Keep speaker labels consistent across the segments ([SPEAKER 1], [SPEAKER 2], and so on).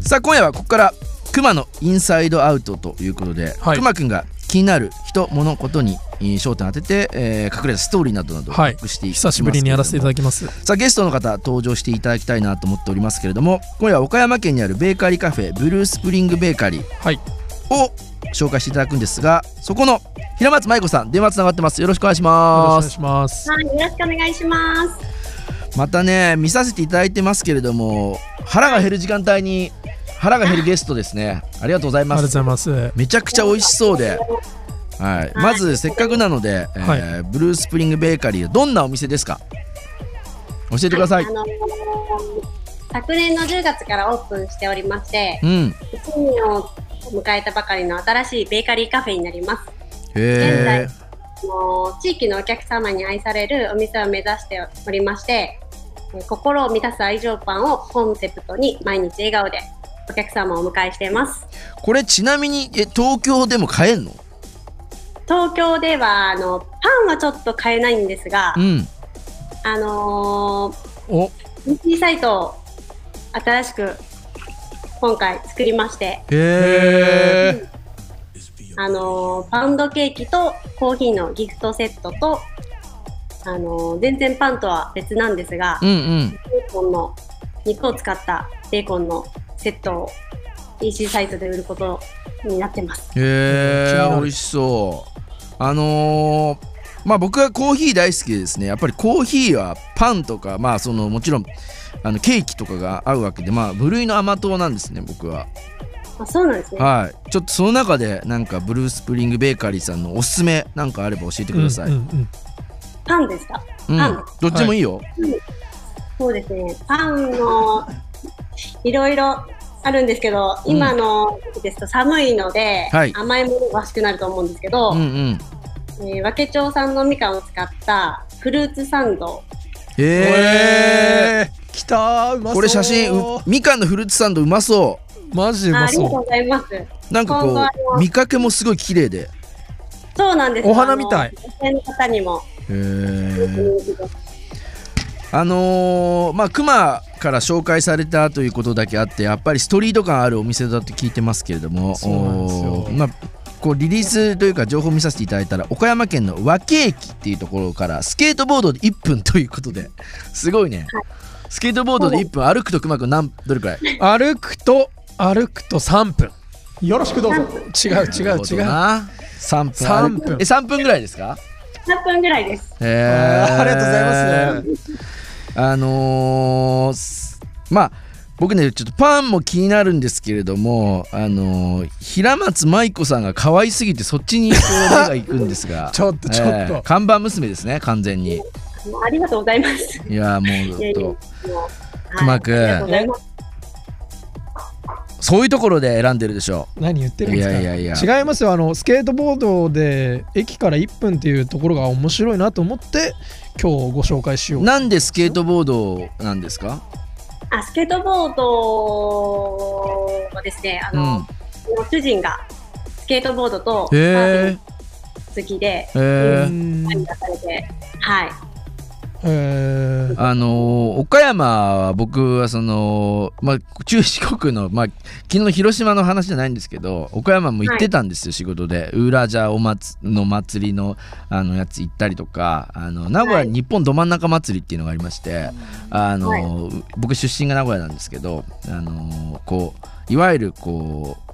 [SPEAKER 1] さあ今夜はここから熊のインサイドアウトということで、
[SPEAKER 2] はい
[SPEAKER 1] 熊くんが気になる人物ことにえー焦点を当てて、えー隠れたストーリーなどなどを
[SPEAKER 2] はい
[SPEAKER 1] 隠していきますけれども、
[SPEAKER 2] 久しぶりにやらせていただきます
[SPEAKER 1] さあゲストの方登場していただきたいなと思っておりますけれども今夜は岡山県にあるベーカリーカフェブルースプリングベーカリー
[SPEAKER 2] はい
[SPEAKER 1] を紹介していただくんですがそこの平松舞子さん電話つながってますよろしくお願いし
[SPEAKER 2] よろ
[SPEAKER 1] ま
[SPEAKER 2] し
[SPEAKER 1] す
[SPEAKER 2] くお願いします
[SPEAKER 3] はい、よろしくお願いします。
[SPEAKER 1] またね見させていただいてますけれども腹が減る時間帯に腹が減るゲストですねありがとうござい
[SPEAKER 2] ありが
[SPEAKER 1] ま
[SPEAKER 2] とうご
[SPEAKER 1] す
[SPEAKER 2] ざいます
[SPEAKER 1] めちゃくちゃ美味しそうで、はい、まずせっかくなので、えーブルースプリングベーカリーどんなお店ですか教えてください、
[SPEAKER 3] あの昨年の10月からオープンしておりまして、
[SPEAKER 1] うん
[SPEAKER 3] 1年を迎えたばかりの新しいベーカリーカフェになります。現
[SPEAKER 1] へ
[SPEAKER 3] 在あの地域のお客様に愛されるお店を目指しておりまして、えー心を満たす愛情パンをコンセプトに毎日笑顔でお客様をお迎えしています。
[SPEAKER 1] えこれちなみにえ東京でも買えんの
[SPEAKER 3] 東京ではあのパンはちょっと買えないんですが
[SPEAKER 1] う、ん
[SPEAKER 3] あのー
[SPEAKER 2] お
[SPEAKER 3] ミキサイトを新しく今回作りまして、
[SPEAKER 1] へえ
[SPEAKER 3] あのーパウンドケーキとコーヒーのギフトセットと、あのー全然パンとは別なんですが、
[SPEAKER 1] うんうん
[SPEAKER 3] ベーコンの肉を使ったベーコンのセットを EC サイトで売ることになってます。
[SPEAKER 1] へ
[SPEAKER 2] 気にな
[SPEAKER 1] え
[SPEAKER 2] る
[SPEAKER 1] 美味しそうあのーまあ僕はコーヒー大好きでですねやっぱりコーヒーはパンとかまあそのもちろんあのケーキとかが合うわけでまあ部類の甘党なんですね僕は
[SPEAKER 3] あそうなんですね。
[SPEAKER 1] はいちょっとその中でなんかブルースプリングベーカリーさんのおすすめなんかあれば教えてください、う
[SPEAKER 2] う
[SPEAKER 1] んん
[SPEAKER 2] うん
[SPEAKER 3] パンですかパン
[SPEAKER 1] どっちもいいよ、
[SPEAKER 3] そうですね。パンのいろいろあるんですけど、今の時期ですと寒いので、
[SPEAKER 1] はい
[SPEAKER 3] 甘いものが欲しくなると思うんですけど、
[SPEAKER 1] うんうん
[SPEAKER 3] えー、和気町産のみかんを使ったフルーツサンド
[SPEAKER 1] へえ
[SPEAKER 2] きたーうまそう
[SPEAKER 1] これ写真うみかんのフルーツサンドうまそ
[SPEAKER 2] マジでう
[SPEAKER 3] あ
[SPEAKER 2] ま
[SPEAKER 3] ありがとう
[SPEAKER 2] そ
[SPEAKER 3] ございます
[SPEAKER 1] うなんか
[SPEAKER 3] 今度は
[SPEAKER 1] こう見かけもすごい綺麗で
[SPEAKER 3] そうなんです
[SPEAKER 2] お花みたい
[SPEAKER 3] あの女性の方にも
[SPEAKER 1] へえ
[SPEAKER 3] 人気です
[SPEAKER 1] あのーまあ熊から紹介されたということだけあってやっぱりストリート感あるお店だと聞いてますけれども
[SPEAKER 2] そうなんですよ
[SPEAKER 1] おーまあこうリリースというか情報を見させていただいたら岡山県の和気駅っていうところからスケートボードで1分ということですごいね、スケートボードで1分歩くと熊くん何どれくらいう
[SPEAKER 2] 歩くと歩くと3分
[SPEAKER 4] よろしくどうぞ。
[SPEAKER 2] 違う違う違う
[SPEAKER 1] 3分
[SPEAKER 2] 三分
[SPEAKER 1] え3分ぐらいですか
[SPEAKER 3] 3分ぐらいです
[SPEAKER 1] へ
[SPEAKER 2] あーありがとうございます
[SPEAKER 1] あのーすまあ僕ねちょっとパンも気になるんですけれどもあのー平松舞子さんが可愛すぎてそっちにこう目が行くんですが
[SPEAKER 2] ちょっとちょっと
[SPEAKER 1] 看板娘ですね完全に
[SPEAKER 3] もうありがとうございます
[SPEAKER 1] いやーもう
[SPEAKER 3] い
[SPEAKER 1] ち
[SPEAKER 3] やい
[SPEAKER 1] ょ
[SPEAKER 3] や
[SPEAKER 1] っ
[SPEAKER 3] もうはい
[SPEAKER 1] 熊くん
[SPEAKER 3] ありがとうございます
[SPEAKER 1] とそういうところで選んでるでしょ
[SPEAKER 2] 何言って
[SPEAKER 1] う
[SPEAKER 2] るん
[SPEAKER 1] い
[SPEAKER 2] です
[SPEAKER 1] や
[SPEAKER 2] か
[SPEAKER 1] いやいや
[SPEAKER 2] 違いますよあのスケートボードで駅から1分っていうところが面白いなと思って今日ご紹介しよう
[SPEAKER 1] なんでスケートボードなんですか
[SPEAKER 3] あスケートボードはですねあの、
[SPEAKER 1] うん
[SPEAKER 3] う主人がスケートボードとサーフィ
[SPEAKER 1] へ
[SPEAKER 3] ン好きで
[SPEAKER 1] えへえ
[SPEAKER 2] うん
[SPEAKER 3] 出されてはい
[SPEAKER 2] えー
[SPEAKER 1] あのー岡山は僕はその、まあ、中四国の、まあ、昨日広島の話じゃないんですけど岡山も行ってたんですよ、仕事でウーラジャーお祭の祭りのあのやつ行ったりとかあの名古屋
[SPEAKER 3] はい
[SPEAKER 1] 日本ど真ん中祭りっていうのがありまして、あのー僕出身が名古屋なんですけど、あのーこういわゆるこう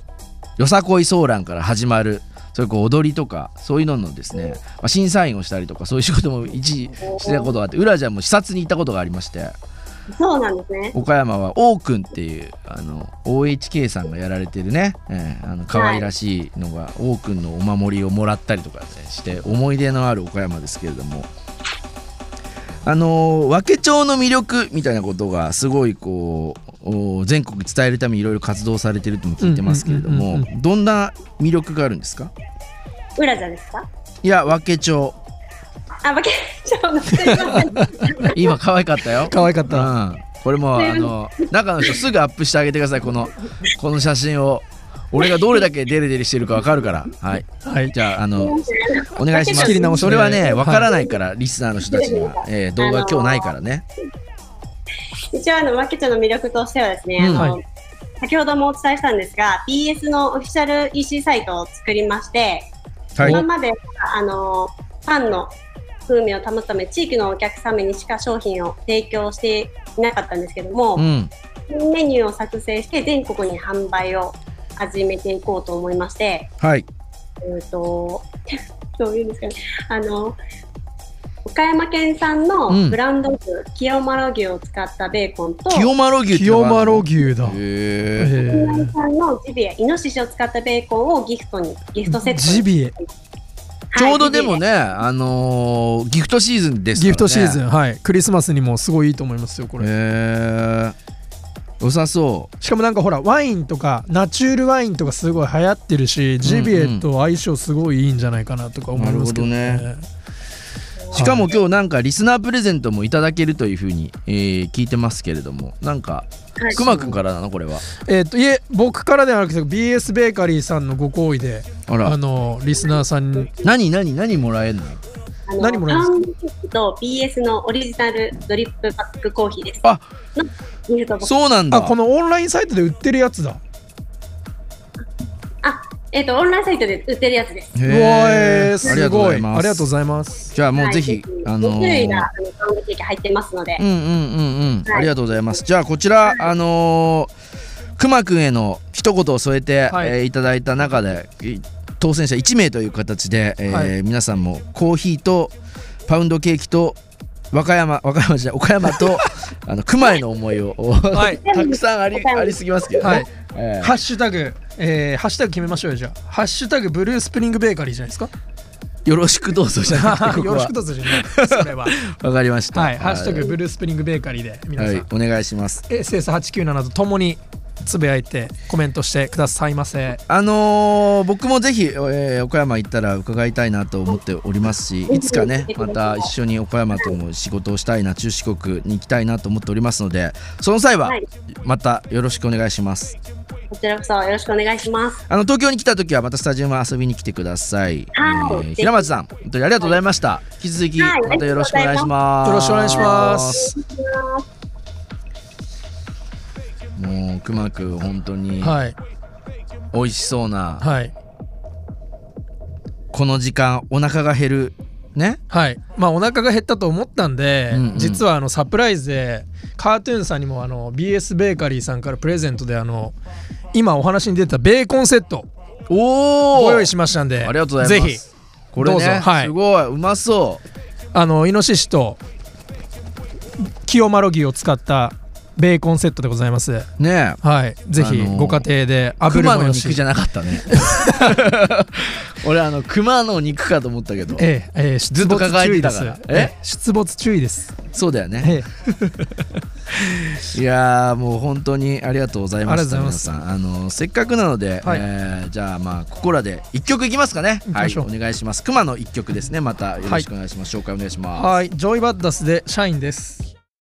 [SPEAKER 1] よさこいソーランから始まるそういうこう踊りとかそういうののですね、まあ、審査員をしたりとかそういう仕事も一時してたことがあって浦ちゃんも視察に行ったことがありまして
[SPEAKER 3] そうなんですね
[SPEAKER 1] 岡山は王くんっていうあの OHK さんがやられてるね、ええあの可愛らしいのが、王くんのお守りをもらったりとか、ね、して思い出のある岡山ですけれどもあのー和気町の魅力みたいなことがすごいこうお全国に伝えるためにいろいろ活動されてるとも聞いてますけれど
[SPEAKER 2] うんうん
[SPEAKER 1] も
[SPEAKER 2] うん
[SPEAKER 1] どんな魅力があるんですか
[SPEAKER 3] 裏じゃですか
[SPEAKER 1] いや和気 町
[SPEAKER 3] あ、負けちゃうの。すいません。
[SPEAKER 1] 今可愛かったよ
[SPEAKER 2] 可愛かった
[SPEAKER 1] うん、これもあの中の人すぐアップしてあげてくださいこのこの写真を俺がどれだけデレデレしてるかわかるからはい
[SPEAKER 2] はい
[SPEAKER 1] じゃああのお願いしま
[SPEAKER 2] 仕切り直
[SPEAKER 1] す
[SPEAKER 2] しで
[SPEAKER 1] それはねわからないから、リスナーの人たちには、えー動画
[SPEAKER 3] あのー
[SPEAKER 1] 今日ないからね
[SPEAKER 3] 一応あのマーケットの魅力としてはですね、
[SPEAKER 1] うん
[SPEAKER 3] あの、先ほどもお伝えしたんですが BS のオフィシャル EC サイトを作りまして、
[SPEAKER 1] はい
[SPEAKER 3] 今まではあのパンの風味を保つため地域のお客様にしか商品を提供していなかったんですけども、
[SPEAKER 1] うん
[SPEAKER 3] メニューを作成して全国に販売を始めていこうと思いまして、
[SPEAKER 1] はい
[SPEAKER 3] えー、と どういうんですかねあの岡山県産のブランド牛、清丸牛を使ったベーコンと
[SPEAKER 1] 清丸牛って
[SPEAKER 2] 清
[SPEAKER 1] のがあるの
[SPEAKER 2] 丸牛だ。
[SPEAKER 1] へえ
[SPEAKER 3] 県
[SPEAKER 2] え
[SPEAKER 3] 内産のジビエイノシシを使ったベーコンをギフトにギフトセッ
[SPEAKER 2] ー
[SPEAKER 3] トに
[SPEAKER 2] ジビエ、
[SPEAKER 3] はい
[SPEAKER 1] ちょうどでも
[SPEAKER 3] ジ
[SPEAKER 1] ねあのーギフトシーズンですからね
[SPEAKER 2] ギフトシーズン、はい。クリスマスにもすごいいいと思いますよ、これ。
[SPEAKER 1] へえ良さそ
[SPEAKER 2] しかもなんかほら、ワインとか、ナチュールワインとかすごい流行ってるし、ジビエと相性すごいいいんじゃないかなとか思いますけど
[SPEAKER 1] なる
[SPEAKER 2] ね。
[SPEAKER 1] ほうしかも今日なんかリスナープレゼントもいただけるというふうに、えー聞いてますけれどもなんか
[SPEAKER 3] ビエはい
[SPEAKER 1] くまくんからなのこれは
[SPEAKER 2] えっと、いえ、僕からではなくて、BS ベーカリーさんのご好意で、
[SPEAKER 1] あ
[SPEAKER 2] あ
[SPEAKER 1] ら
[SPEAKER 2] の、リスナーさんに、
[SPEAKER 1] 何何何もらえるの
[SPEAKER 3] あの
[SPEAKER 2] 何もらえる
[SPEAKER 3] パンケーキと BS のオリジナルドリップパックコーヒーです。
[SPEAKER 1] あ
[SPEAKER 3] のギフトボックス
[SPEAKER 1] そうなんだ
[SPEAKER 2] あ、このオンラインサイトで売ってるやつだ。
[SPEAKER 3] あ、えっ、とオンラインサイトで売ってるやつです。
[SPEAKER 1] へ
[SPEAKER 2] う
[SPEAKER 1] ー
[SPEAKER 2] わえー、
[SPEAKER 1] あ
[SPEAKER 2] す
[SPEAKER 1] りがとうご
[SPEAKER 2] ごい。
[SPEAKER 1] ざいます
[SPEAKER 2] ありがとうございます。
[SPEAKER 1] じゃあもうぜひ、あのー
[SPEAKER 3] 2種類があのパウンドケーキ入ってますので、
[SPEAKER 1] うんうんうんうん、
[SPEAKER 3] はい
[SPEAKER 1] ありがとうございますじゃあこちらあのー、くまくんへの一言を添えて、
[SPEAKER 2] はい
[SPEAKER 1] いえーいただいた中でい当選者1名という形で、えー
[SPEAKER 2] はい
[SPEAKER 1] 皆さんもコーヒーとパウンドケーキと和歌山和歌山じゃない岡山 とあの熊への思いを、
[SPEAKER 2] は い
[SPEAKER 1] たくさんありありすぎますけどね、
[SPEAKER 2] はい
[SPEAKER 1] えー
[SPEAKER 2] ハッシュタグ、えー、ハッシュタグ決めましょうよ、じゃあ。ハッシュタグ、ブルースプリングベーカリーじゃないですか。
[SPEAKER 1] よろしくどうぞじゃな くてここ
[SPEAKER 2] よろし
[SPEAKER 1] は
[SPEAKER 2] くどうぞじゃない。そ れは。
[SPEAKER 1] わかりました
[SPEAKER 2] はい、ハッシュタグ、
[SPEAKER 1] は
[SPEAKER 2] ブルースプリングベーカリーで、皆さん、
[SPEAKER 1] い、お願いします
[SPEAKER 2] SS897 とともにつぶやいて、コメントしてくださいませ。
[SPEAKER 1] あのー僕もぜひ、えー岡山行ったら伺いたいなと思っておりますしいつかねまた一緒に岡山とも仕事をしたいな中四国に行きたいなと思っておりますのでその際は
[SPEAKER 3] はい
[SPEAKER 1] またよろしくお願いします
[SPEAKER 3] こちらこそよろしくお願いします。
[SPEAKER 1] あの東京に来た時はまたスタジオも遊びに来てください、
[SPEAKER 3] はい
[SPEAKER 1] えー平松さん本当にありがとうございました引き続き
[SPEAKER 3] はい
[SPEAKER 1] またよろしくお願いします
[SPEAKER 2] よろしくお願いします。
[SPEAKER 1] もうくまくん本当に
[SPEAKER 2] はい、
[SPEAKER 1] 美味しそうな
[SPEAKER 2] はい、
[SPEAKER 1] この時間お腹が減るね
[SPEAKER 2] はい。まあ、お腹が減ったと思ったんで、
[SPEAKER 1] うんうん
[SPEAKER 2] 実はあのサプライズで、カートゥーンさんにもあの BS ベーカリーさんからプレゼントで、あの、今お話に出てたベーコンセット、
[SPEAKER 1] おお
[SPEAKER 2] ご用意しましたんで、
[SPEAKER 1] ありがとうございます。
[SPEAKER 2] ぜひ、
[SPEAKER 1] これ
[SPEAKER 2] どうぞ
[SPEAKER 1] ね、
[SPEAKER 2] はい
[SPEAKER 1] すごいうまそう。
[SPEAKER 2] あのイノシシと清丸牛を使ったベーコンセットでございます
[SPEAKER 1] ねえ。
[SPEAKER 2] はいぜひ
[SPEAKER 1] あのー
[SPEAKER 2] ご家庭で炙る
[SPEAKER 1] 熊
[SPEAKER 2] も
[SPEAKER 1] の
[SPEAKER 2] よし
[SPEAKER 1] 肉じゃなかったね。 俺あの熊の肉かと思ったけど、
[SPEAKER 2] ええええ出
[SPEAKER 1] ずっと
[SPEAKER 2] 没
[SPEAKER 1] 抱え
[SPEAKER 2] 注
[SPEAKER 1] て
[SPEAKER 2] 意で
[SPEAKER 1] た
[SPEAKER 2] す
[SPEAKER 1] から
[SPEAKER 2] ええ出没注意です、
[SPEAKER 1] そうだよね。
[SPEAKER 2] え え
[SPEAKER 1] いやーもう本当にありがとうございま
[SPEAKER 2] あり
[SPEAKER 1] し
[SPEAKER 2] がと
[SPEAKER 1] た
[SPEAKER 2] うござい
[SPEAKER 1] 皆
[SPEAKER 2] ます
[SPEAKER 1] さん。あのせっかくなので、
[SPEAKER 2] はい
[SPEAKER 1] えーじゃあまあここらで一曲いきますかね。
[SPEAKER 2] 行
[SPEAKER 1] は
[SPEAKER 2] きま
[SPEAKER 1] い
[SPEAKER 2] しょ
[SPEAKER 1] お
[SPEAKER 2] う
[SPEAKER 1] 願いします。熊の一曲ですね。またよろしくお願いします。紹介お願いします。
[SPEAKER 2] はいジョイバッダスでシャインです